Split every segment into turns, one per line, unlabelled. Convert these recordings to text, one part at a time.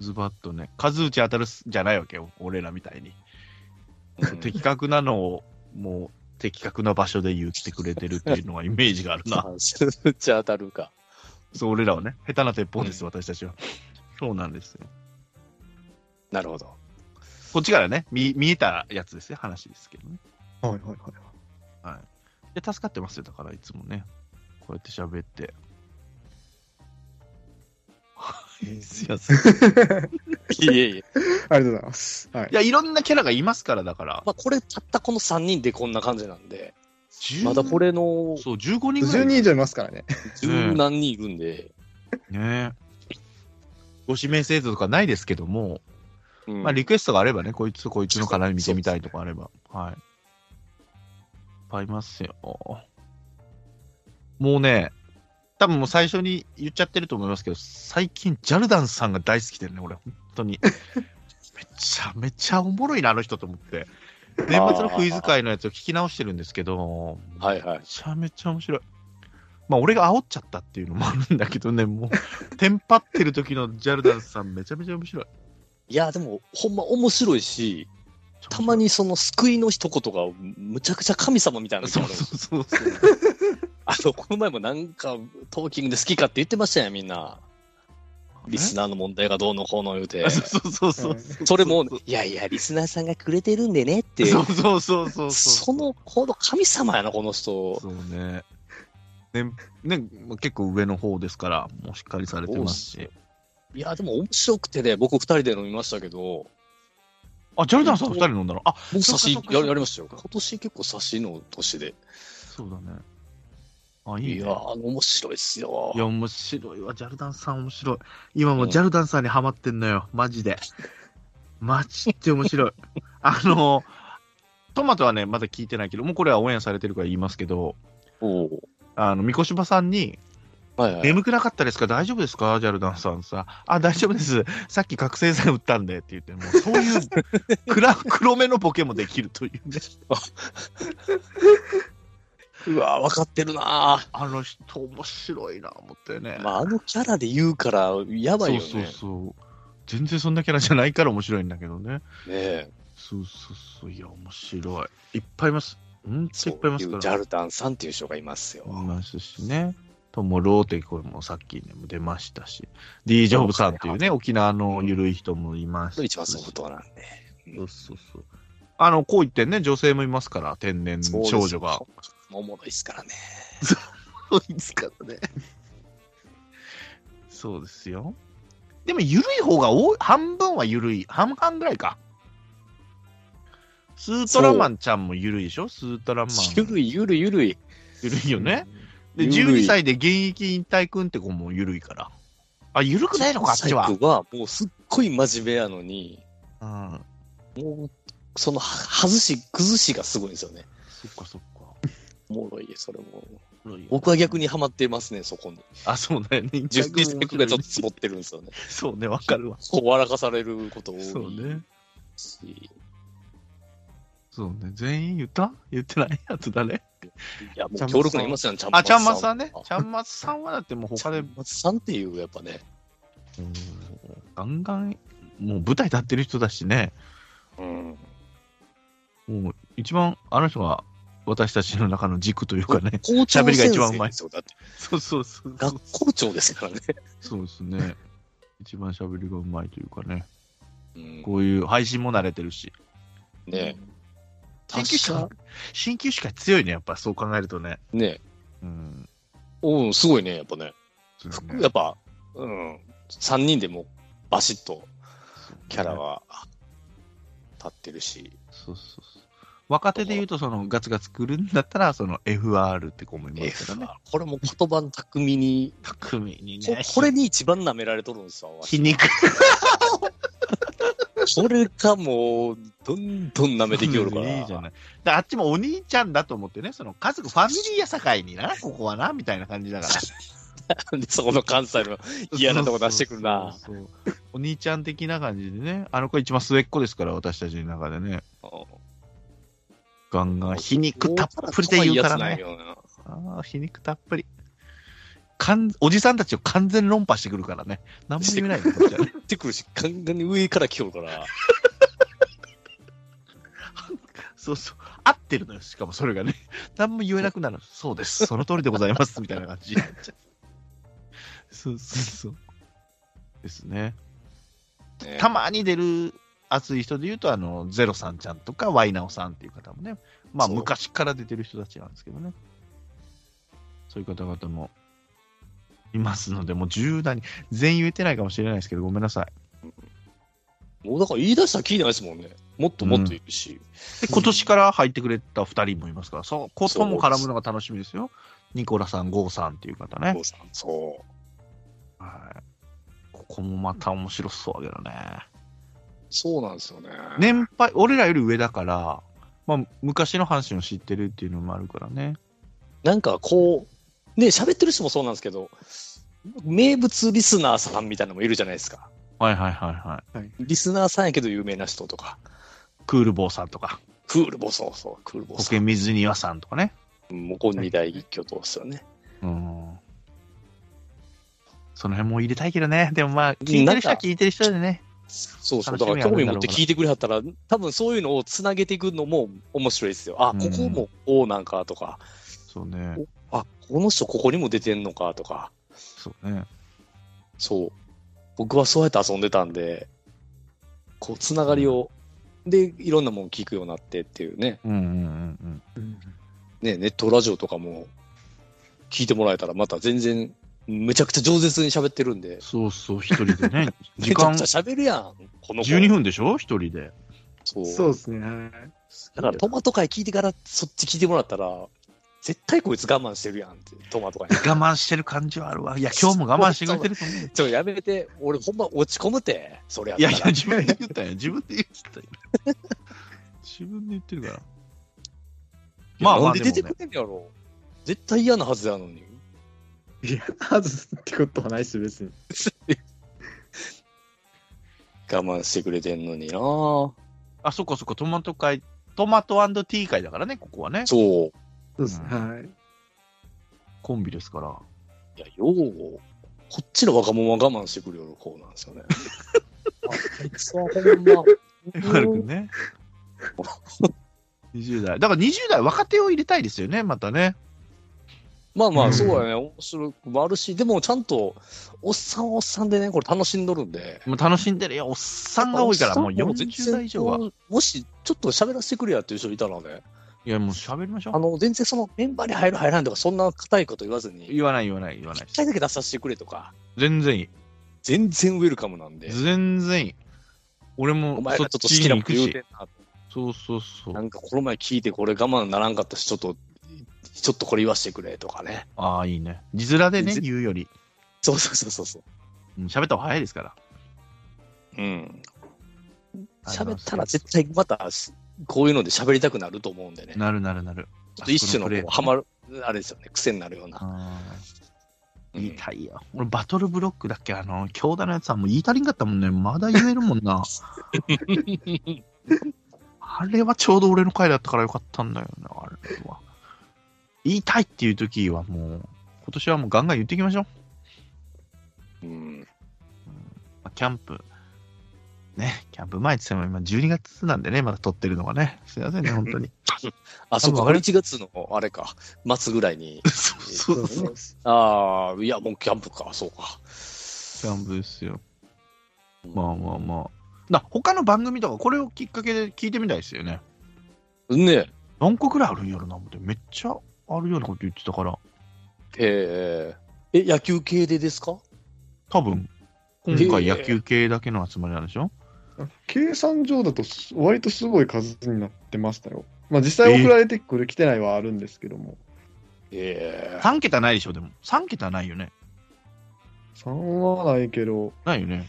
ズバッとね、数打ち当たるすじゃないわけよ、俺らみたいに。
うん
的確なのを、もう、的確な場所で言ってくれてるっていうのはイメージがある な。
数値当たるか。
そう、俺らはね、下手な鉄砲です、
う
私たちは。そうなんですよ。
なるほど。
こっちからね、見見えたやつですよ、話ですけどね。
はいはいはい。
はい。で、助かってますよ、だからいつもね、こうやって喋って。すいません。い
いえいえ。
ありがとうございます。はい。
や、いろんなキャラがいますから、だから。
まあ、これ、たったこの3人でこんな感じなんで、
10
まだこれの
そう、15人ぐら
10
い。
人以上いますからね。
十何人いるんで、
ねご指名制度とかないですけども、
うん
まあ、リクエストがあればね、こいつとこいつの絡み見てみたいとかあれば、はい。いっぱいいますよ。もうね、多分もう最初に言っちゃってると思いますけど、最近、ジャルダンさんが大好きでね、俺、本当 に。めちゃめちゃおもろいな、あの人と思って。年末のクイズ会のやつを聞き直してるんですけど、
はいはい
め。ちゃめちゃ面白い。まあ、俺が煽っちゃったっていうのもあるんだけどね、もう、テンパってる時のジャルダンさん、めちゃめちゃ面白い。
いや、でも、ほんま面白いし、たまにその救いの一言が、むちゃくちゃ神様みたいな時
そ
あ
う
るんですよ
そうそうそう。
あの、この前もなんか、トーキングで好きかって言ってましたよ、みんな。リスナーの問題がどうのこうの言うて
あ。そうそうそう
はい
そう。
それも
そう、
いやいや、リスナーさんがくれてるんでねって。
そうそうそうそう。
その、この神様やな、この人。
そうね。ね、ねまあ結構上の方ですから、もうしっかりされてますし。
いや、でも面白くてね、僕二人で飲みましたけど、
あ、ジャルダンさん二人飲んだのあ、
僕差し
そっかそっか
ややりましたよ。今年結構差しの年で。
そうだね。あ、いい、ね。
いや、あの、面白いっすよ。
いや、面白いわ、ジャルダンさん面白い。今もうジャルダンさんにハマってんのよ、マジで。マジって面白い。 あの、トマトはね、まだ聞いてないけど、もうこれはオンエアされてるから言いますけど、
おう
あの、三越場さんに、
はいはい。
眠くなかったですか大丈夫ですかジャルダンさんさ。あ、大丈夫です。さっき覚醒剤打ったんでって言って、もうそういう 暗黒目のボケもできるというね。
うわ、分かってるな
あの人面白いな、思ってね。
まあ、あのキャラで言うから、やばいよね。
そうそうそう。全然そんなキャラじゃないから面白いんだけどね。
ねえ
そうそうそう、いや、面白い。いっぱいいます。うんと
そ
いうっぱいいます
い
か
うジャ
ら。
ルダンさんっていう人がいますよ。
いますしね。ともローという声もさっき、ね、出ましたし、D ・ジョブさんというね、沖縄のゆるい人もいま
と
す
一番ソフトなんで。
そうそうそう。あの、こう言ってね、女性もいますから、天然少女が。。
おもろいですからね。
そうですからね。 そうですよ。でも、ゆるい方が多い、半分はゆるい。半々ぐらいか。スートラマンちゃんもゆるいでしょスートラマン。
ゆるい、ゆるいゆるい。
ゆるいよね。で、
ゆるい
12歳で現役引退くんって子もゆるいから。あ、ゆるくないのか、あっちは
サイ。クはもうすっごい真面目やのに、
うん。
そのは外し、崩しがすごいんですよね。
そっかそっか。
おもろい、それも。僕
僕は
は逆にハマってますね、そこに。
あ、そうだよね。
ジュティステクがちょっと
つ
積
ぼ
もってるんですよね。
そうね、わかるわ。
こう笑かされること多いし。
そうね。そうね。全員言った言ってないやつだね。
いや、もう強力なりますよね、ちゃんま
あ、
つ
ちゃんまつさんね。ち
ちゃ
ゃんまつさんはだってもう他で、うんん
まつさんっていう、やっぱね。
ガンガン、もう舞台立ってる人だしね。
うん。
もう一番あの人が私たちの中の軸というかね。
校長
喋りが一番う
先
ま
生
い
ですよだって
そうそうそうそう。
学校長ですからね。
そうですね。一番喋りがうまいというかね。
うん
こういう配信も慣れてるし。
ね
鍼灸師
確か
か鍼灸師が強いね、やっぱそう考えるとね。
え。ね
うん。
うん、すごいね、やっぱね。
そうね
やっぱ、うん、3人でもうバシッとキャラ。が立ってるし、
そうそうそう。若手で言うと、そのガツガツ来るんだったら、その FR って子もいますから
F
ね。
はこれも言葉の巧みに、
巧みに
こ
ね。
これに一番舐められとるんで すよ。わし
皮肉
それかもう、どんどん舐めてきよるから。
いいじゃない。だあっちもお兄ちゃんだと思ってね、その家族、ファミリーやさかいにな、ここはな、みたいな感じだから。
なんでそこの関西 の 嫌なとこ出してくるな。
そうそうそうお兄ちゃん的な感じでね、あの子一番末っ子ですから、私たちの中でね。ガンガン、皮肉たっぷりで言うからね。
大阪可愛いやつなんよな
ああ、皮肉たっぷり。かん、おじさんたちを完全論破してくるからね。何も言えないの、こっちはね。
言ってくるし、完全に上から来よるから。
そうそう。合ってるのよ、しかもそれがね。何も言えなくなる。そうです。その通りでございます。みたいな感じになっちゃう。そうそうそう。ですね。
ね
たまに出る熱い人で言うと、あの、ゼロさんちゃんとか、ワイナオさんっていう方もね、まあ、
そう
昔から出てる人たちなんですけどね。そういう方々もいますので、もう重大に、全員言えてないかもしれないですけど、ごめんなさい。
もうだから言い出したら聞いないですもんね。もっともっといるし。
で今年から入ってくれた2人もいますから、そう、ことも絡むのが楽しみですよ。ニコラさん、ゴーさんっていう方ね
郷。さんそ
はい。ここもまた面白そうだけどね。
う。そうなんですよね。
年配、俺らより上だから、まあ、昔の阪神を知ってるっていうのもあるからね。
なんかこう、ね、喋ってる人もそうなんですけど、名物リスナーさんみたいなのもいるじゃないですか。
はいはいはいはい。
リスナーさんやけど有名な人とか、
クール坊さんとか、
クールボそうそう、クールボ
保
さ
険水庭さんとかね。
ん。もうこの二大巨頭ですよね。
うん。その辺も入れたいけどね。でもまあ、聞いてる人は聞いてる人でね。
そうそう、
楽
だ
しみやね
から興味持って聞いてくれはったら、多分そういうのをつなげていくのも面白いですよ。あ、
うん
ここもこうなんかとか、
そうね。
あ、この人ここにも出てんのかとか、
そうね。
そう。僕はそうやって遊んでたんで、こう、つながりを、で、いろんなもん聞くようになってっていうね、
うんうんうんうん。
ね、ネットラジオとかも聞いてもらえたら、また全然、めちゃくちゃ饒舌に喋ってるんで、
そうそう、一人でね。時
めちゃ
間
くちゃ喋るやん、この子
12分でしょ一人で。
そう。
そうですね。はい
だからトマト会聞いてからそっち聞いてもらったら、絶対こいつ我慢してるやんって、トマト会。
我慢してる感じはあるわ。いや、今日も我慢してくれてると思 う。
ちょ、やめて、俺ほんま落ち込むて、それやっ
いや
たら。
いや、自分で言ったんや。自分で言ったんや。自分で言ってるから。まあま
な
あ
んで出て
でも
くれんやろ。絶対嫌なはずやのに。
いや、はずってことはないです、別に。
我慢してくれてんのになそ
あ、そっかそっか、トマト会、トマトティー会だからね、ここはね。
う。
そうですね。
う
はい。
コンビですから。
いや、よう、こっちの若者は我慢してくれる方なんですよね。あ、こいつはほんま
丸くん ね。20代。だから20代若手を入れたいですよね、またね。
まあま
う
あ、
ん
そうやね。面白くもあるし、でもちゃんと、おっさんはおっさんでね、これ楽しんどるんで。
もう楽しんでるよ。おっさんが多いから、もう40代以上は。。
もし、ちょっと喋らせてくれやっていう人いたらね、
いや、もう喋りましょ
あ
う。
の、全然そのメンバーに入る入らんとか、そんな硬いこと言わずに、
言わない言わない言わない
一。回だけ出させてくれとか、
全然いい。
全然ウェルカムなんで、
全然いい。俺
お
も
前
そ
が
っ
ちょっと好
ち
き
に
な
行
こ
く
と言うて
し。
んなと。
そうそうそ
な
う。
んかこの前聞いて、これ我慢ならんかったし、ちょっと、ちょっとこれ言わせてくれとかね。
ああ、いいね。字面でね、
ぜ
言うより。
そうそうそうそうそう。
うん喋った方が早いですから。
うん。
ありがとうござい
喋
ます
ったら絶対また、こういうので喋りたくなると思うんでね。
なるなるなる。
ちょっと一種の
あそこのプレー
こうハマる、あれですよね、癖になるような。
あー
うん
言いたいよ。俺、バトルブロックだっけあの、強打のやつはもう言い足りんかったもんね。まだ言えるもん な。あれはちょうど俺の回だったからよかったんだよな、あれは。言いたいっていう時はもう、今年はもうガンガン言っていきましょう。
うん。
まあキャンプ。ね、キャンプ前って言っても今12月なんでね、まだ撮ってるのがね。すいません ね、本当に。
あ、そう
多
か、
分あれ
1月の、あれか、末ぐらいに。
そう
そ
そうう
です
そう。
ね。
ああ、いや、もうキャンプか、そうか。
キャンプですよ。まあまあまあ。な他の番組とかこれをきっかけで聞いてみたいですよね。
ね
何個ぐらいあるんやろな思ってめっちゃあるようなこと言ってたから
えええ、野球系でですか
多分今回野球系だけの集まりなんでしょ、
計算上だと、割とすごい数になってましたよ。まあ実際送られてくる、来てないはあるんですけども。
ええ
三3桁ないでしょでも3桁ないよね
3はないけど、
ないよね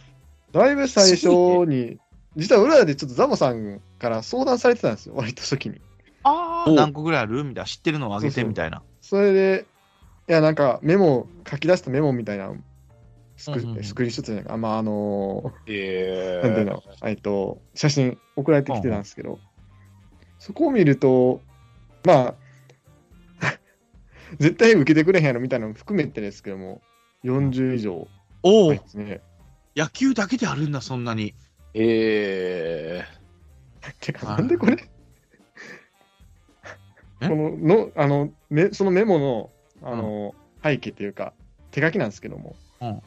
だいぶ最初に、実は裏でちょっとザモさんから相談されてたんですよ、割と初期に。
ああ
お
何個ぐらいあるみたいな知ってるのをあげてみたいな
それで、いや、なんかメモ、書き出したメモみたいな、スク,、
うんうんうん
スクリーンショットじゃないか、あまあ、あの
え
ー、
え
なんていうの、えっと、写真送られてきてたんですけど、そこを見ると、まあ、 絶対受けてくれへんやろみたいなのも含めてですけども、40以上
おお、
入ってますね。
野球だけであるんだ、そんなに。
ええ
てか、
はい
なんでこれこ
え
ののあのめそのメモのあの、背景というか、手書きなんですけども、
うん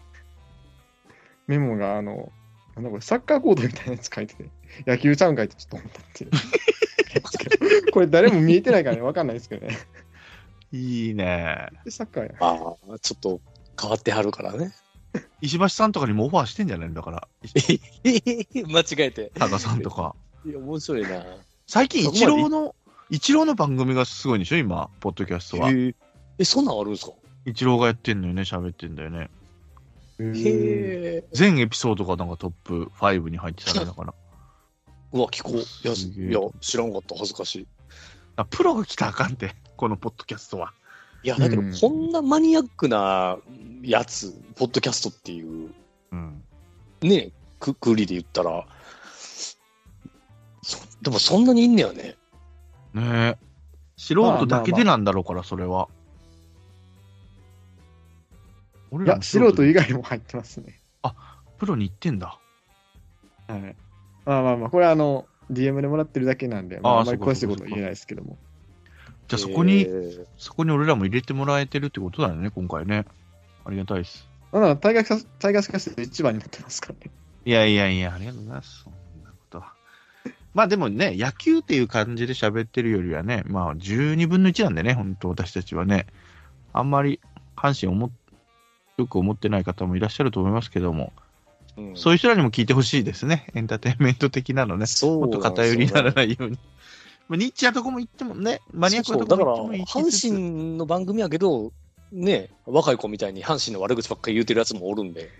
メモが、あの、なんだこれ、サッカーコートみたいなやつ書いてて、野球ちゃうんかいってちょっと思ったっていうですけ ど。これ誰も見えてないからね、わかんないですけどね。
いいね。
でサッカーや。
ああ、ちょっと変わってはるからね。
石橋さんとかにもオファーしてんじゃないんだから。
間違えて。
高さんと か。
いや、面白いな。
最近、イチローの、イチローの番組がすごいんでしょ、今、ポッドキャストは。
へええ、そんなんあるんですか
イチローがやってんのよね、喋ってんだよね。
え。
へえ。
全エピソードがなんかトップ5に入ってたね、だから。
うわ、聞こう。いや、
すげえ
いや知らんかった。恥ずかしい。
あプロが来たらあかんって、 このポッドキャストは。
いや、だけど
う、ん
こんなマニアックなやつ、ポッドキャストっていう、
うん。
ね、くくりで言ったら、そでもそんなにいんねやね。
ねえ。素人だけでなんだろうから、それは。俺
いや、素人以外も入ってますね。
プロに行ってんだ。
はい。まあまあまあ、これはあの、DM でもらってるだけなんで、ま
あ
あ、
ー
あんまり
そうか
詳しいこ
そう
と
か
言えないですけども。
じゃあそこに、
えー
そこに俺らも入れてもらえてるってことだよね、今回ね。ありがたいです。
まだタイガース、タイガースキャストで一番になってますからね。
いやいやいや、ありがとうございます。そんなことは。まあでもね、野球っていう感じで喋ってるよりはね、まあ12分の1なんでね、本当私たちはね、あんまり阪神をもよく思ってない方もいらっしゃると思いますけども、
うん
そういう人らにも聞いてほしいですね。エンターテインメント的なのね。
そう
もっと偏りになら
い。
ないように。まあ、ニッチなとこも行ってもね、マニアック
そう
な
そう
と
だ
こ
か
も
ら、
行ってもいい
阪神の番組やけど、ね、若い子みたいに阪神の悪口ばっかり言うてるやつもおる んで、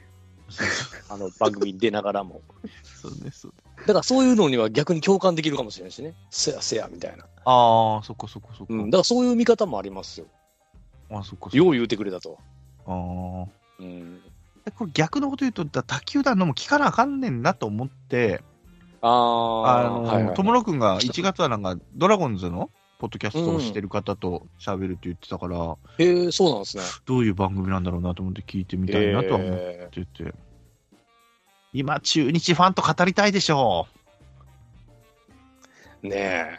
あの番組に出ながらも。
そうです。そうです
だからそういうのには逆に共感できるかもしれないしね。せやせやみたいな。
ああ、そこそこそこ。
うん。だからそういう見方もありますよ。
あそこそこ。
よう言うてくれたと。
あー
うん。
これ逆のこと言うと、だ他球団のも聞かなあかんねんなと思って、
あ
あ
あ、
の、
はいはい
友野くんが1月はなんか、ドラゴンズのポッドキャストをしてる方と喋るって言ってたから、
へえそうなんですね。
どういう番組なんだろうなと思って聞いてみたいなとは思っ
え
てて。今、中日ファンと語りたいでしょ
ーね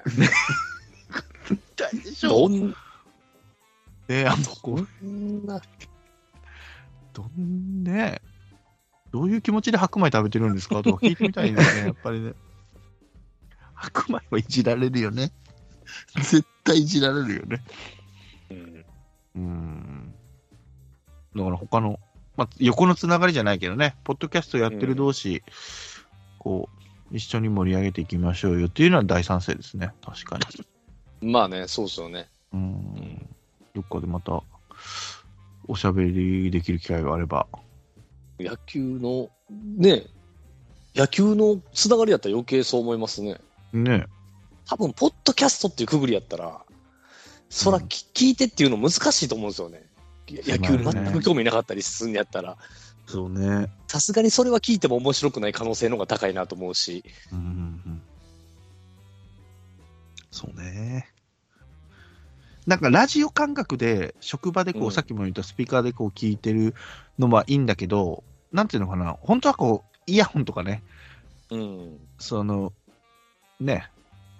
う。でし
え。どん
ねあの、こう
どんな、
どんね、どういう気持ちで白米食べてるんですかとか聞いてみたいです ね、やっぱりね。白米はいじられるよね。絶対いじられるよね。
うん、
うん。だから他の、まあ、横のつながりじゃないけどね、ポッドキャストやってる同士、こう、一緒に盛り上げていきましょうよっていうのは大賛成ですね、確かに。
まあね、そうですよね。
うん。どっかでまた、おしゃべりできる機会があれば。
野球の、ねえ野球のつながりやったら余計そう思いますね。
ね
多分、ポッドキャストっていうくぐりやったら、そら、
うん
き聞いてっていうの難しいと思うんですよね。野球に全く興味なかったりするんやったら、
そうね。
さすがにそれは聞いても面白くない可能性の方が高いなと思うし、
うんうんうんそうね。なんかラジオ感覚で、職場でこう、
うん
さっきも言ったスピーカーでこう聞いてるのはいいんだけど、なんていうのかな、本当はこう、イヤホンとかね、
うん。
その、ね、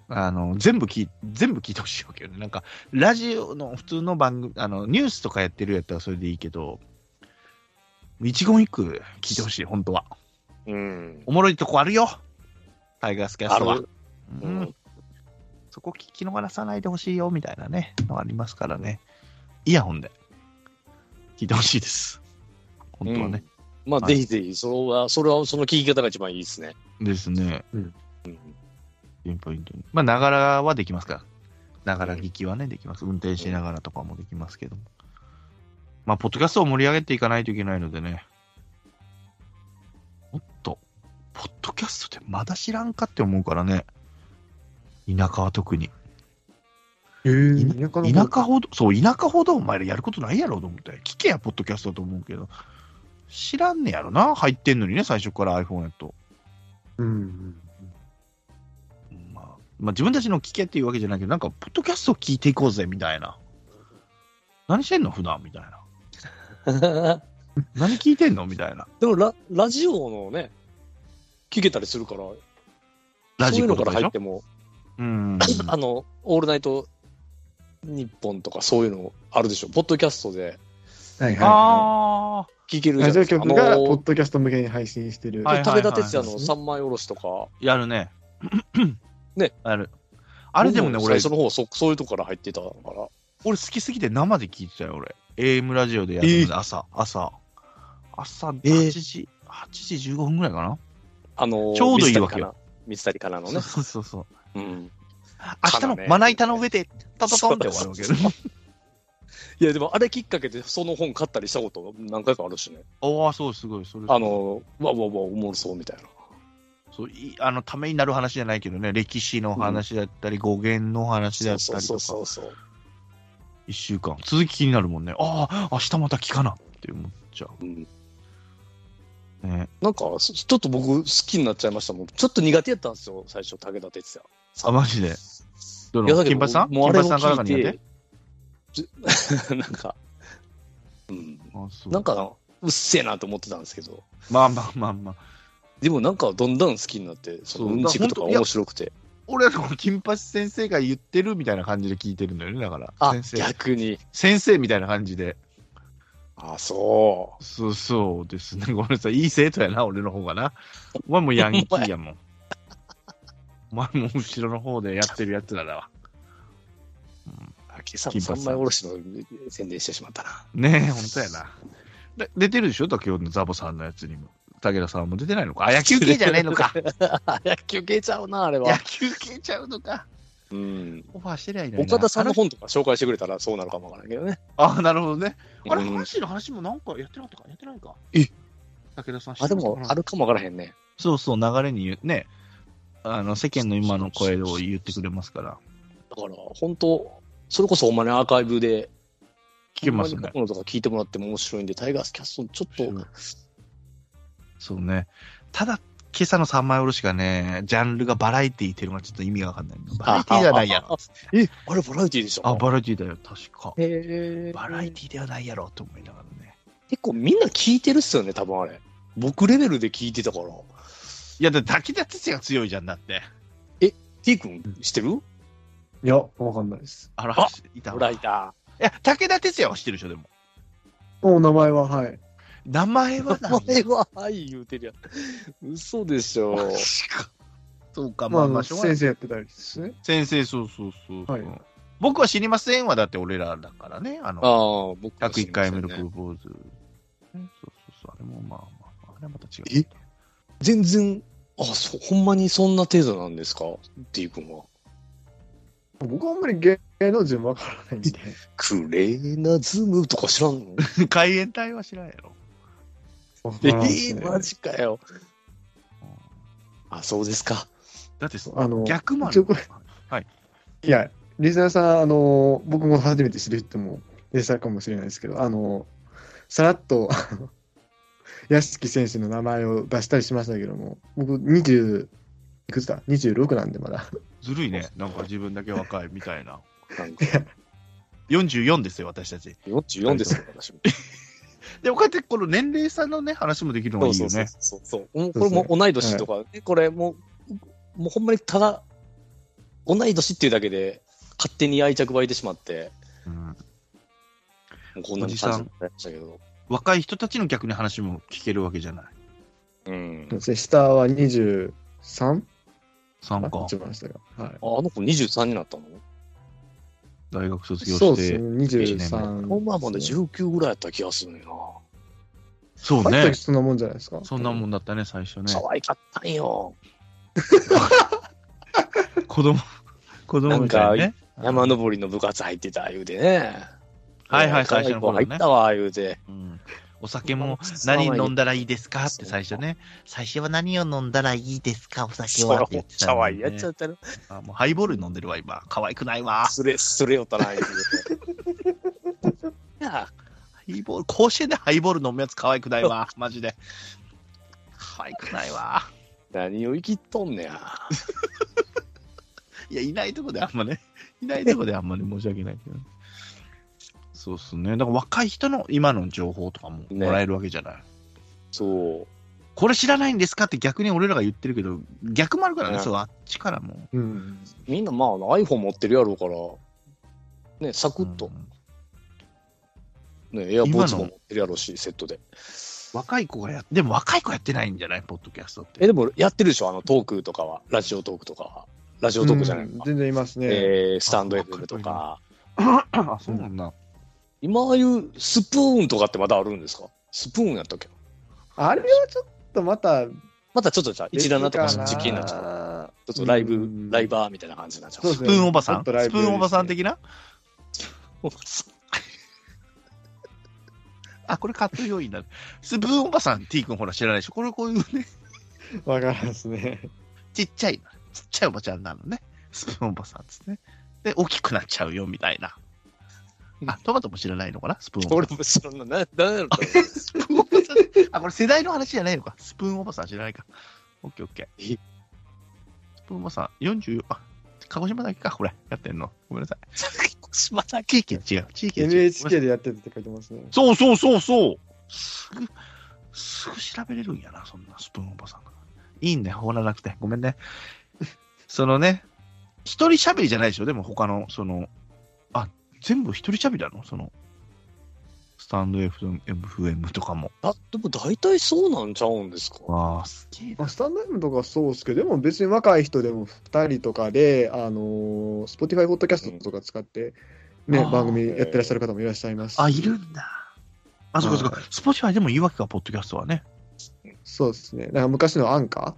あの、全部聞い、全部聞いてほしいわけよね。なんか、ラジオの普通の番組、あの、ニュースとかやってるやったらそれでいいけど、一言一句聞いてほしい、本当は。
うん。
おもろいとこあるよタイガースキャスト。
あるわ
う
うんん。
そこ聞き逃さないでほしいよみたいなね、のありますからね。イヤホンで聞いてほしいです。本当はね。
うん。まあ、
はい
ぜひぜひ、それは、それは、その聞き方が一番いいですね。
ですね。
うん。
ピンポイントに。まあ、ながらはできますから。ながら聞きはね、できます。運転しながらとかもできますけども。まあ、ポッドキャストを盛り上げていかないといけないのでね。もっと、ポッドキャストってまだ知らんかって思うからね。田舎は特に。
え
ー
田舎
田舎ほど、そう、田舎ほどお前らやることないやろと思って、聞けや、ポッドキャストと思うけど、知らんねやろな、入ってんのにね、最初から iPhone やと。
うん。
まあ、まあ、自分たちの聞けっていうわけじゃないけど、なんか、ポッドキャストを聞いていこうぜ、みたいな。何してんの普段みたいな。
で
何聞いてんのみたいな。
もラ、ラジオのね、聞けたりするから、
ラジ
そういう
コと
のか
からでし
入
ょ
っても、
うん。
あの、オールナイト日本とかそういうのあるでしょ。ポッドキャストで
はいは
ああ。
聞け
い
る
はい。
じゃな
ラ
い
ジ
で
オ
すか。
局が
あの
ポッドキャスト向けに配信してる。
はい
武田鉄矢
はい
の
はいはい
三枚おろしとか、
やるね。
ね。
やる。あれでもね、
僕
俺、
最初の方そ、そういうとこから入ってたから。
俺好きすぎて生で聞いてたよ、俺。AM ラジオでやるので、朝、朝。朝
えー
8時、8時15分ぐらいかな、
あの
ちょうどいいわけよ。
水谷かな水
そ
谷かなの
う
ね。
そうそうそう。
うん。
明日
かな
の
ね
まな板の上で、タタトンって終わるわけ
そう
ね。
いや、でもあれきっかけでその本買ったりしたこと何回かあるしね。
おお、そう、すごい。それ
あ、の、わわわ、おもろそうみたいな。
そういあの、ためになる話じゃないけどね、歴史の話だったり、語源の話だっ
そ
た
う
り
そ
と
うそ
か、
うそう。
一週間。続き気になるもんね。ああ、明日また聞かなって思っちゃ
うん、
う。ね。
なんか、そちょっと僕好きになっちゃいましたもん。ちょっと苦手やったんですよ、最初、武田鉄矢。
あ、マジで。ど
いやだ
の
け
金
ど
八さん
もう
金
あれ
八
を
さんから
聞
か
い
苦手
て、ず なんか、うん、
あそう
なんかな、うっせえなと思ってたんですけど、
まあまあまあまあ。
でもなんかどんどん好きになって、その
そう
うんちくと
だから本
か
当いや
面白くて、
俺はこの金八先生が言ってるみたいな感じで聞いてるんだよね、だから。
あ、
先生。
逆に、
先生みたいな感じで。
あ、そ
そうそうですね。ごめんなさい。いい生徒やな、俺の方がな。お前もうヤンキーやも ん。お前も後ろの方でやってるやつらだわ。
う、あ今朝
金八さん
の三枚おろしの宣伝してしまったな。
ねえ、ほんとやな。で出てるでしょだけどザボさんのやつにも。武田さんも出てないのか。あ、野球系じゃ ないのか。
あ野球消えちゃうな、あれ
野
は。
球系ちゃうのか。
うん。
オファーしてりゃいないな。
岡田さんの本とか紹介してくれたらそうなるかもわからないけどね。
あ、なるほどね。あれ、
うん
話の話もなんかやってなかったかやってないか。
え
武田さん知
あ、
って
で
ます
も
か、
あるかもわからへんね。
そうそう、流れに言うね。あの、世間の今の声を言ってくれますから。
だから、本当それこそほんまにアーカイブで、
聞けますね
ほんに過去のとか聞いてもらっても面白いんで、タイガースキャスト、ちょっと、
そうね。ただ、今朝の三枚おろしがね、ジャンルがバラエティーっていうのがちょっと意味がわかんないの。バラエティーじゃないやろ。
え、あれバラエティでしょ
あ、バラエティーだよ、確か。
へー
バラエティーではないやろと思いながらね。
結構みんな聞いてるっすよね、多分あれ。僕レベルで聞いてたから。
いや、だって武田鉄矢が強いじゃんだって。
T 君、してる
いや、わかんないです。
あら
あ、
いた
ほ
わ
ら、
い
いた。
や、武田鉄矢は知ってるでしょ、でも。
お名前は、はい。
名前は
名
何
前は、はい、言うてるやん。嘘でしょ。
確か。そうか、ま
まあ、あ
あま
の
あ、しょうがない
先生やってたりですね。
先生、そうそうそうそう、
はい
僕は知りませんは、だって俺らだからね。あの、
ああ、僕は知
101
りませ
回
んね
目のプロポーズ。ねそうそうそう、あれもまあまあまあ、あれはまた違う。
え全然、あ、そう、ほんまにそんな程度なんですか ?T 君は。
僕はあんまり芸能人わから ないんで。
クレーナズムとか知らんの
海援隊は知らんやろ。
わか
え
らないですね
ー、マジかよ。あ、そうですか。
だって
あの、
逆もあ
一応
る
こ。れいや、リスナーさん、あの、僕も初めて知る人もいらっしゃるかもしれないですけど、あの、さらっと、 あの屋敷選手の名前を出したりしましたけども、僕、20、いくつだ ?26 なんで、まだ。
ずるいね。なんか自分だけ若いみたいな。
なんか
44ですよ、私たち。
44ですよ、私も。
でも、こうやってこの年齢差のね、話もできるのがい
そ
うい
そ
よ
うそう
ね。
そうそう。もうこれもう同い年とか、ねこれもう、もうほんまにただ、同い年っていうだけで、勝手に愛着湧いてしまって、
うん
もうこんな感じになりましたけど。
若い人たちの逆に話も聞けるわけじゃない。
うん。
そうですね下は 23?
参加。
一番下が。
あ
はい。
あの子23になったの
大学卒業
そう
し
です
て。
ね、23。
ほんまはまだ19ぐらいやった気がするのよ
そう
あった
ね
時。そんなもんじゃないですか。
そんなもんだったね、最初ね
な。。可愛かったんよ。
子供、子供みたいなね。
山登りの部活入ってた言うてね。
はいはい
可
最
愛
初の
子
頃ね
入ったわ言うて。
うんお酒も何飲んだらいいですかって最初ね。最初は何を飲んだらいいですかお酒
そ
は
ら
って言
お
ってた
茶
の
わ
に
い
ね
やっちゃったら、
あもうハイボール飲んでるわ、今。可愛くないわ。
すれ、すれよったな言うて。いや、
ハイボール、甲子園でハイボール飲むやつ可愛くないわ。マジで。可愛くないわ。
何を生きっとんねや。
いや、いないとこであんまね。いないとこであんまり申し訳ないけど。そうですね。だから若い人の今の情報とかも
ね
もらえるわけじゃない。
そう。
これ知らないんですかって逆に俺らが言ってるけど、逆もあるからね、
ね
そう、あっちからも。
うん。
みんなまあ iPhone 持ってるやろうから、ね、サクッと、
うん
ね、エアポーツ
今
も
の
持ってるやろうし、セットで。
若い子がやっ、でも若い子やってないんじゃないポッドキャストって。
え、でもやってるでしょあのトークとかは、ラジオトークとかは。ラジオトークじゃないのか。
全然いますね。
えースタンド FM とか。
あ、そうなんだ。
今ああいうスプーンとかってまだあるんですかスプーンやったっけ
あれはちょっとまた、
またちょっとじゃあ一覧なとか時期になっちゃう。
ゃ
ちょっとライ
う
ブ
ん、
ライバーみたいな感じになっちゃう。
そうです
スプ
ね
ーンおばさ
ち
ん
ょっ
スプ
とライブですね
ーンおばさん的なあ、これカット要因だ。スプーンおばさん T 君ほら知らないでしょこれこういうね、
う。わからんですね。
ちっちゃい、ちっちゃいおばちゃんなのね。スプーンおばさんですね。で、大きくなっちゃうよみたいな。あ、トマトも知らないのかなスプーンおばさん。
俺もそんな、な、なんやろうと思う
スプーンおばさん。あ、これ世代の話じゃないのか。スプーンおばさん知らないか。オッケーオッケー。スプーンおばさん、40、あ、鹿児島だけか、これ。やってんの。ごめんなさい。
鹿児島だけ
地域違う。地域違う。
NHK でやってるって書いてますね。
そうそうそうそう。すぐ、すぐ調べれるんやな、そんなスプーンおばさんが。いいんだよ、ほらなくて。ごめんね。 そのね、一人喋りじゃないでしょ、でも他の、その、あ、全部一人喋りなのその、スタンド FM とかも。
あ、でも大体そうなんちゃうんですか
わあ、すげえ
ま
な
あ、スタンド M とかそうですけど、でも別に若い人でも2人とかで、あのー、Spotify ポッドキャストとか使って、ね、
うん
番組やってらっしゃる方もいらっしゃいますし。
あ、いるんだ。あ、そっかそっか。スポーツファイでもいいわけか、ポッドキャストはね。
そうですね。なんか昔のアンカ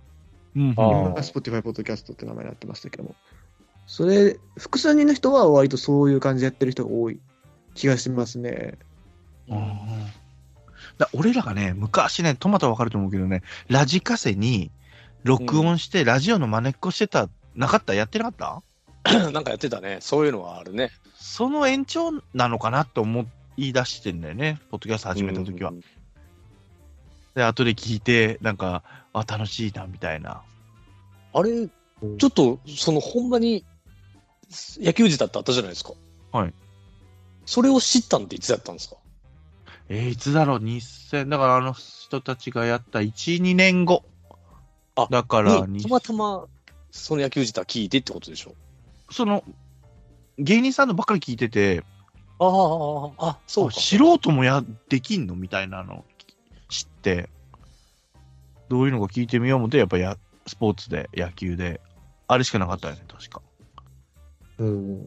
うん。
あー
ー、今 Spotify ポッドキャストって名前になってましたけども。それ、複数人の人は割とそういう感じでやってる人が多い気がしますね。
うんうんだ俺らがね、昔ね、トマトはわかると思うけどね、ラジカセに録音して、ラジオのまねっこしてた、なかったやってなかった
なんかやってたね。そういうのはあるね。
その延長なのかなと思い出してんだよね、ポッドキャスト始めた時は。
うん。
で、後で聞いて、なんか、あ、楽しいな、みたいな。
あれ、ちょっと、その、ほんまに、野球児だってあったじゃないですか。
はい。
それを知ったんっていつだったんですか
えーいつだろう、2000、だからあの人たちがやった1、2年後。
あ
だから、
にたまたま、その野球児だ聞いてってことでしょ
その、芸人さんのばっかり聞いてて、
ああ、ああ、そ
あ
うか。
素人もやできんのみたいなのを知って、どういうのか聞いてみよう思って、やっぱやスポーツで、野球で、あれしかなかったよね、確か。
うん。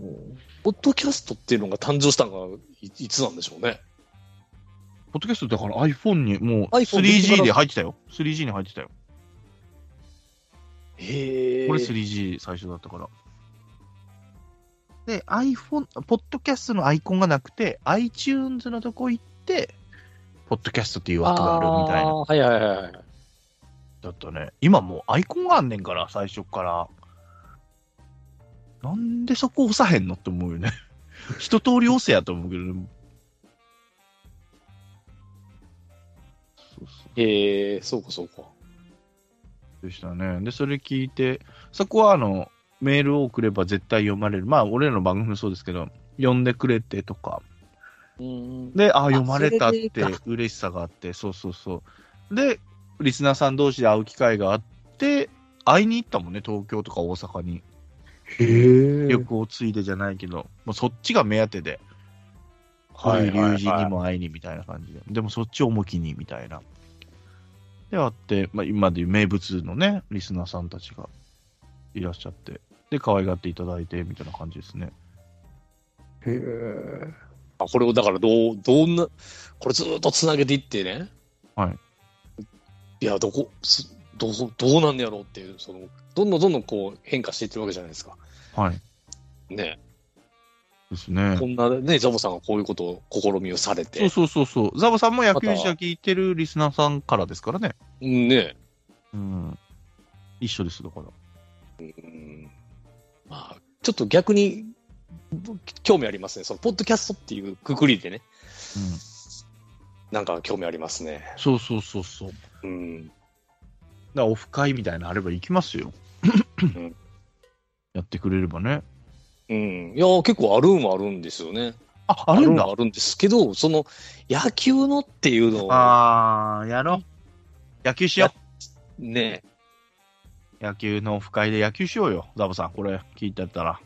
ポッドキャストっていうのが誕生したのがいいつなんでしょうね。
ポッドキャストだから iPhone にもう
iPhone で
3G で入ってたよ。3G に入ってたよ。
へえ。
これ 3G 最初だったから。で、iPhone、ポッドキャストのアイコンがなくて、iTunes のとこ行って、ポッドキャストっていう枠があるみたいな。
あーはいはいはいはい。
だったね。今もうアイコンがあんねんから、最初から。なんでそこ押さへんのって思うよね。 一通り押せやと思うけどね。そうそ
へえ、そうかそうか。
うでしたね。で、それ聞いて、そこはあの、メールを送れば絶対読まれる。まあ、俺らの番組もそうですけど、読んでくれてとか。
うん。
で、ああ、読まれたって
それでか
嬉しさがあって、そうそうそう。で、リスナーさん同士で会う機会があって、会いに行ったもんね、東京とか大阪に。
へえ。
旅行ついでじゃないけど、もうそっちが目当てで、
はいはいはい
竜神にも会いにみたいな感じで、でもそっち重きにみたいな。であって、まあ、今でいう名物のね、リスナーさんたちがいらっしゃって、で、可愛がっていただいてみたいな感じですね。
へえ。
あこれをだからどう、どんな、これずーっとつなげていってね。。
はい
いや、どこ、すどう、どうなんねやろうっていう、その、どんどんどんどんこう変化していってるわけじゃないですか。
はい。
ね。
ですね
こ。んなね、ザボさんがこういうことを試みをされ
そう
て。
そうそうそう。ザボさんも野球記者聞いてるリスナーさんからですからね。
ね。
うん。一緒です、だから。
うん。まあ、ちょっと逆に、興味ありますね。その、ポッドキャストっていうくくりでね。
うん。
なんか興味ありますね。
そうそうそうそう。だか
うん。
らオフ会みたいなのあれば行きますよ。
ん
やってくれればね。
うん。いや、結構あるんはあるんですよね。
あ、あるんだ
あ。るんですけど、その野球のっていうのを
ああ、やろう。野球しよ
ね、
う。野球のオフ会で野球しようよ。ザボさん、これ聞いてたら。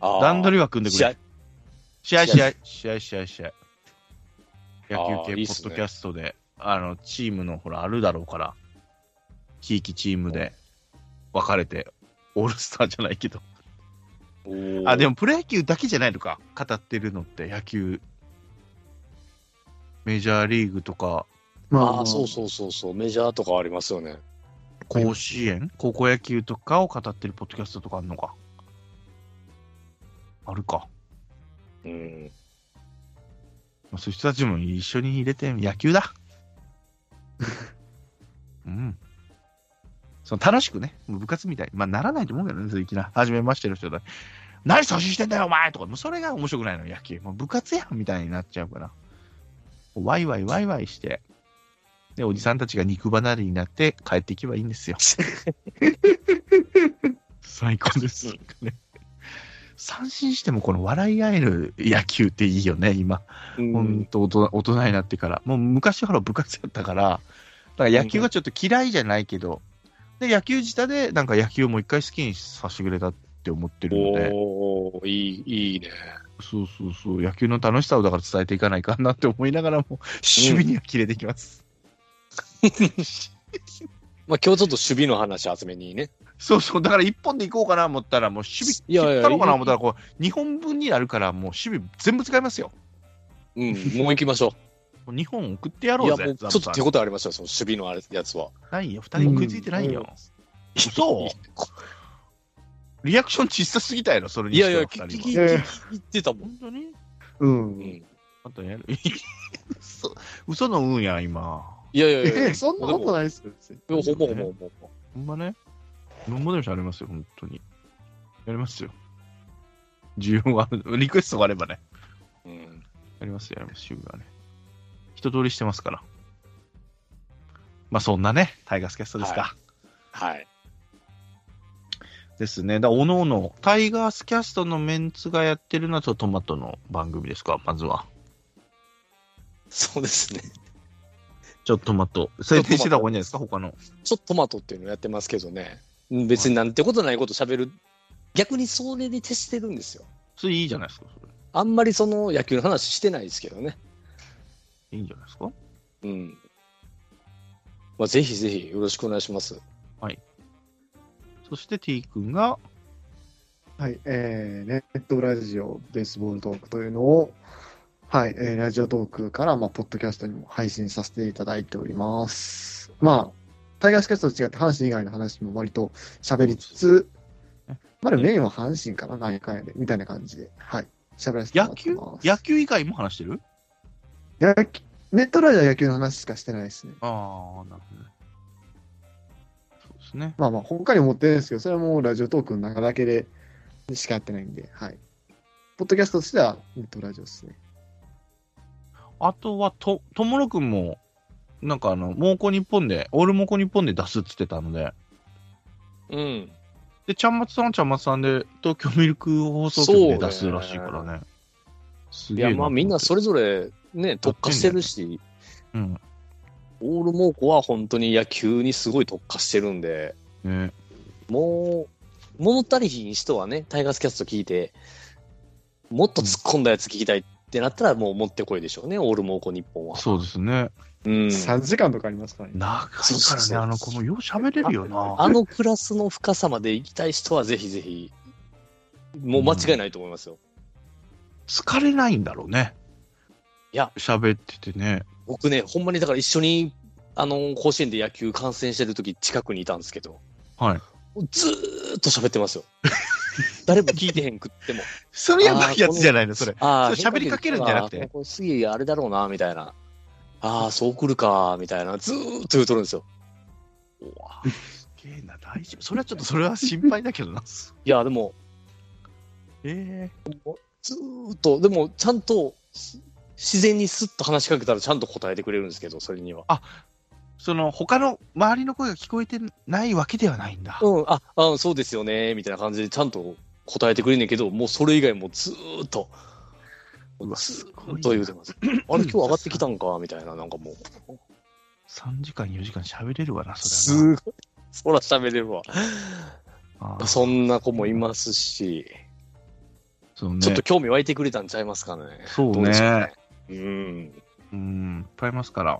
あー
段取りは組んでく
試合
れ。試合、試合、試合、試合、試合。野
あ
球
ー
系
いいっ
ポ
す
ッ
ね
ドキャストで、あの、チームの、ほら、あるだろうから、地域チームで分かれて、オールスターじゃないけど。
おー
あ、でもプロ野球だけじゃないのか。語ってるのって、野球。メジャーリーグとか、
ま
あーそう
う。
そうそうそう、メジャーとかありますよね。
甲子園高校野球とかを語ってるポッドキャストとかあるのかあるか。
うん。
まあそういう人たちも一緒に入れて、野球だ。うん。その楽しくね、もう部活みたい。まあ、ならないと思うけどね、いきな。初めましての人だ。何阻止してんだよ、お前とか。もうそれが面白くないの、野球。もう部活やんみたいになっちゃうから。ワイワイワイワイして。で、おじさんたちが肉離れになって帰っていけばいいんですよ。最高です。なんかね三振してもこの笑い合える野球っていいよね、今。
うん
本当大人大人になってからもう昔ほら部活やったからだから野球がちょっと嫌いじゃないけど、で野球自体でなんか野球をもう一回好きにさせてくれたって思ってるので
おーいい、いいね。
そうそうそう野球の楽しさをだから伝えていかないかなって思いながらも守備には切れてきます、
まあ今日ちょっと守備の話集めにね。
そうそうだから一本でいこうかな思ったらもう守備
いやいや
切ったろうかな思ったらこう2本分になるからもう守備全部使いますよ
うん、もう行きましょ
もう2本送ってや
う。い
ろ
や、
うぜ
もうちょ
ザ
っと
ボさん
手応えありましたよ、その守備のあれやつは。
ないよ2人も食いついてないよ、
うん
嘘リアクション小さすぎたやろ、それに
い
して
や
はい
や、き
二
き
人
き
は
ええ
言ってたもん。
本当に
うん。
うん、い
また やる嘘嘘の運や、今。
やいやいやい
え、
や、
そんなことないですよ。別に
でもほぼほぼほぼほぼ。
ほんまね。なんぼでもしゃべりますよ、本当に。やりますよ。需要がある。リクエストがあればね。
うん、
やりますよ、やります。趣味はね。一通りしてますから。まあそんなね、タイガースキャストですか。
ははい。
ですね。だおのおの、タイガースキャストのメンツがやってるのはちょっとトマトの番組ですか、まずは。
そうですね。
ちょっとトマト。制定してた方がいいんじゃないですか、他の。
ちょっとトマトっていうのやってますけどね。うん別になんてことないこと喋る。逆にそれで徹してるんですよ。
それいいじゃないですか、そ
あんまりその野球の話してないですけどね。
れ。いいんじゃないですか。
うん。まあ、ぜひぜひよろしくお願いします。
そして T 君が、
はい、えー、ネットラジオベースボールトークというのを、はい、えーラジオトークから、まあ、ポッドキャストにも配信させていただいております。まあ、タイガースキャストと違って阪神以外の話も割と喋りつつ、まあ、でもメインは阪神かな、何回で、みたいな感じで、はい、喋らせてもら
野
って
球
ます。
野球以外も話してる
野球ネットラジオは野球の話しかしてないですね。
ああ、なるほどね。そうですね。
まあまあ、他にも持ってるんですけど、それはもうラジオトークの中だけでしかやってないんで、はい。ポッドキャストとしてはネットラジオですね。
あとは、と、ともろくんも、なんかあの、猛虎日本で、オール猛虎日本で出すって言ってたので、
うん。
で、ちゃんまつさんはちゃんまつさんで、東京ミルク放送局で出すらしいからね。す
い
げえ
や、
と思っ
まあ
て
みんなそれぞれね、特化してるし、
うん。
オールモーコは本当に野球にすごい特化してるんで、
ね。
もう、物足りひん人はね、タイガースキャスト聞いて、もっと突っ込んだやつ聞きたいってなったら、もう持ってこいでしょうね、オールモーコ日本は。
そうですね。
うん。
3時間とかありますからね。
長い
そう
か
そう
ら
そ
ね、
う
あの子もよう喋れるよな。
あのクラスの深さまで行きたい人は、ぜひぜひ、もう間違いないと思いますよ。
疲れないんだろうね。
いや
喋っててね。
僕ね、ほんまにだから一緒に、あの、甲子園で野球観戦してる時近くにいたんですけど、
はい。
ずーっと喋ってます よ。誰も聞いてへんくっても。
それやばいやつじゃないの、それ。
あ
それ喋りかけるんじゃなくて。
これ次あれだろうな、みたいな。ああ、そう来るか、みたいな。ずーっと言うとるんですよ。
すげえな、大丈夫。それはちょっと、それは心配だけど な。
いや、でも、
え
ずーっと、でも、ちゃんと、し自然にスッと話しかけたらちゃんと答えてくれるんですけど、それには。
その、他の周りの声が聞こえてないわけではないんだ。
うん、あ、あそうですよね、みたいな感じで、ちゃんと答えてくれんねんけど、もうそれ以外もずーっと、
うわすごいな
と言うてます。あれ、今日上がってきたんかみたいな、なんかもう。
3時間、4時間喋れるわな、それは
すごい。そら喋れるわ。
な。あー
そんな子もいますし、
そうね。
ちょっと興味湧いてくれたんちゃいますかね。
そう
どうでしょう
ね
ね。うん。
うん、いっぱいいますから。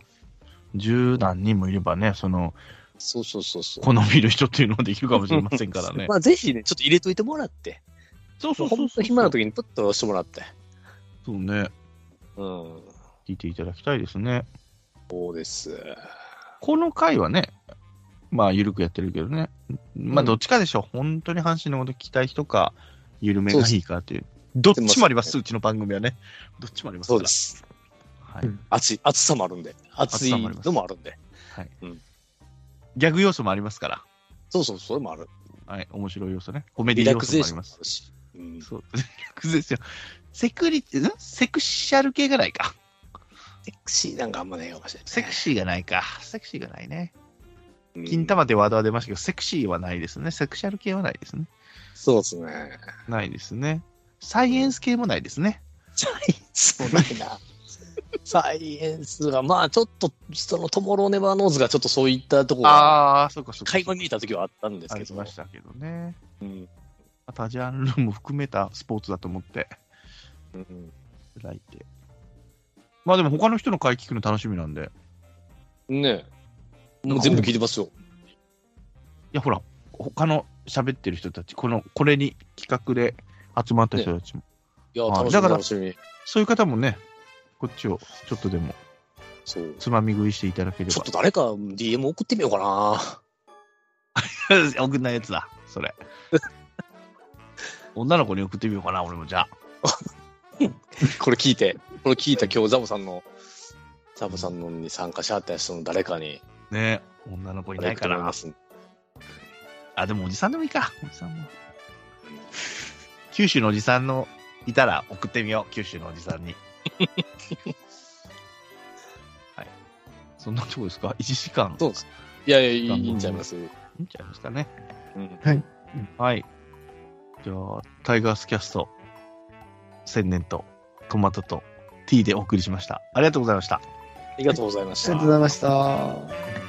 十何人もいればね、その、
そうそうそうそう。
好みの人っていうのはできるかもしれませんから ね。
まあ、ぜひね、ちょっと入れといてもらって、
そうそ
本
うそうそう。
当暇な時にプッと押してもらって。
そうね。
うん。
聞いていただきたいですね。
そうです。
この回はね、まあ、ゆるくやってるけどね。まあ、
うん
どっちかでしょう。本当に阪神のこと聞きたい人か、緩めがいいかっていう。どっちもあります、うちの番組はね。どっちもありますか
そ
ら。
うです。
はい
うん
暑い、暑さもあるんで、暑いのもあるんで。
ギャグ要素もありますから。
そうそう、それもある。
はい、面白い要素ね。コメデ
リ
ィ
ラ
要
ク
素
ゼー
もあ
シ
り
ョンも
ます。
あるし。うん
そう、リラクゼーション。セクリ、んセクシャル系がないか。
セクシーなんかあんまないかもしれない。
セクシーがないか。セクシーがないね。
うん
金玉ってワードは出ましたけど、セクシーはないですね。セクシャル系はないですね。
そうですね。
ないですね。サイエンス系もないですね。
サイエンスもないな。サイエンスが、まあちょっと、そのトモローネバーノーズがちょっとそういったところが、
ああ、そうかそうか。
垣間見えた時はあったんです
あ
け
り
ど、
ましたけどね。
うん
またジャンルも含めたスポーツだと思って、
うん
開いて。まあでも他の人の回聞くの楽しみなんで。
ねえもう全部聞いてますよ。
いや、ほら、他の喋ってる人たち、この、これに企画で集まった人たちも、
いや、
あ
楽し
だ
み、
から
楽しみ。
そういう方もね、こっちをちょっとでも
そう。
つまみ食いしていただけれ
ちょ
ば
っと。誰か DM 送ってみようかな。
送んないやつだ、そ れ。女の子に送ってみようかな、俺もじゃあ。
これ聞いて、これ聞いた今日ザボさんの、ザボさんのに参加しはった人の誰かに、
ね女の子いないか
誰と思い
ら
ま。すんで
あ、でもおじさんでもいいか。おじさんも。九州のおじさんのいたら送ってみよう、九州のおじさんに。はい。そんなとこですか ?1 時間。
そうです。いやいや、いいいいんちゃいます。
いいんちゃいますかね。
うん
はい。じゃあ、タイガースキャスト、千年とトマトと T でお送りしました。ありがとうございました。
ありがとうございまし
りがと
た
うご。ざいました。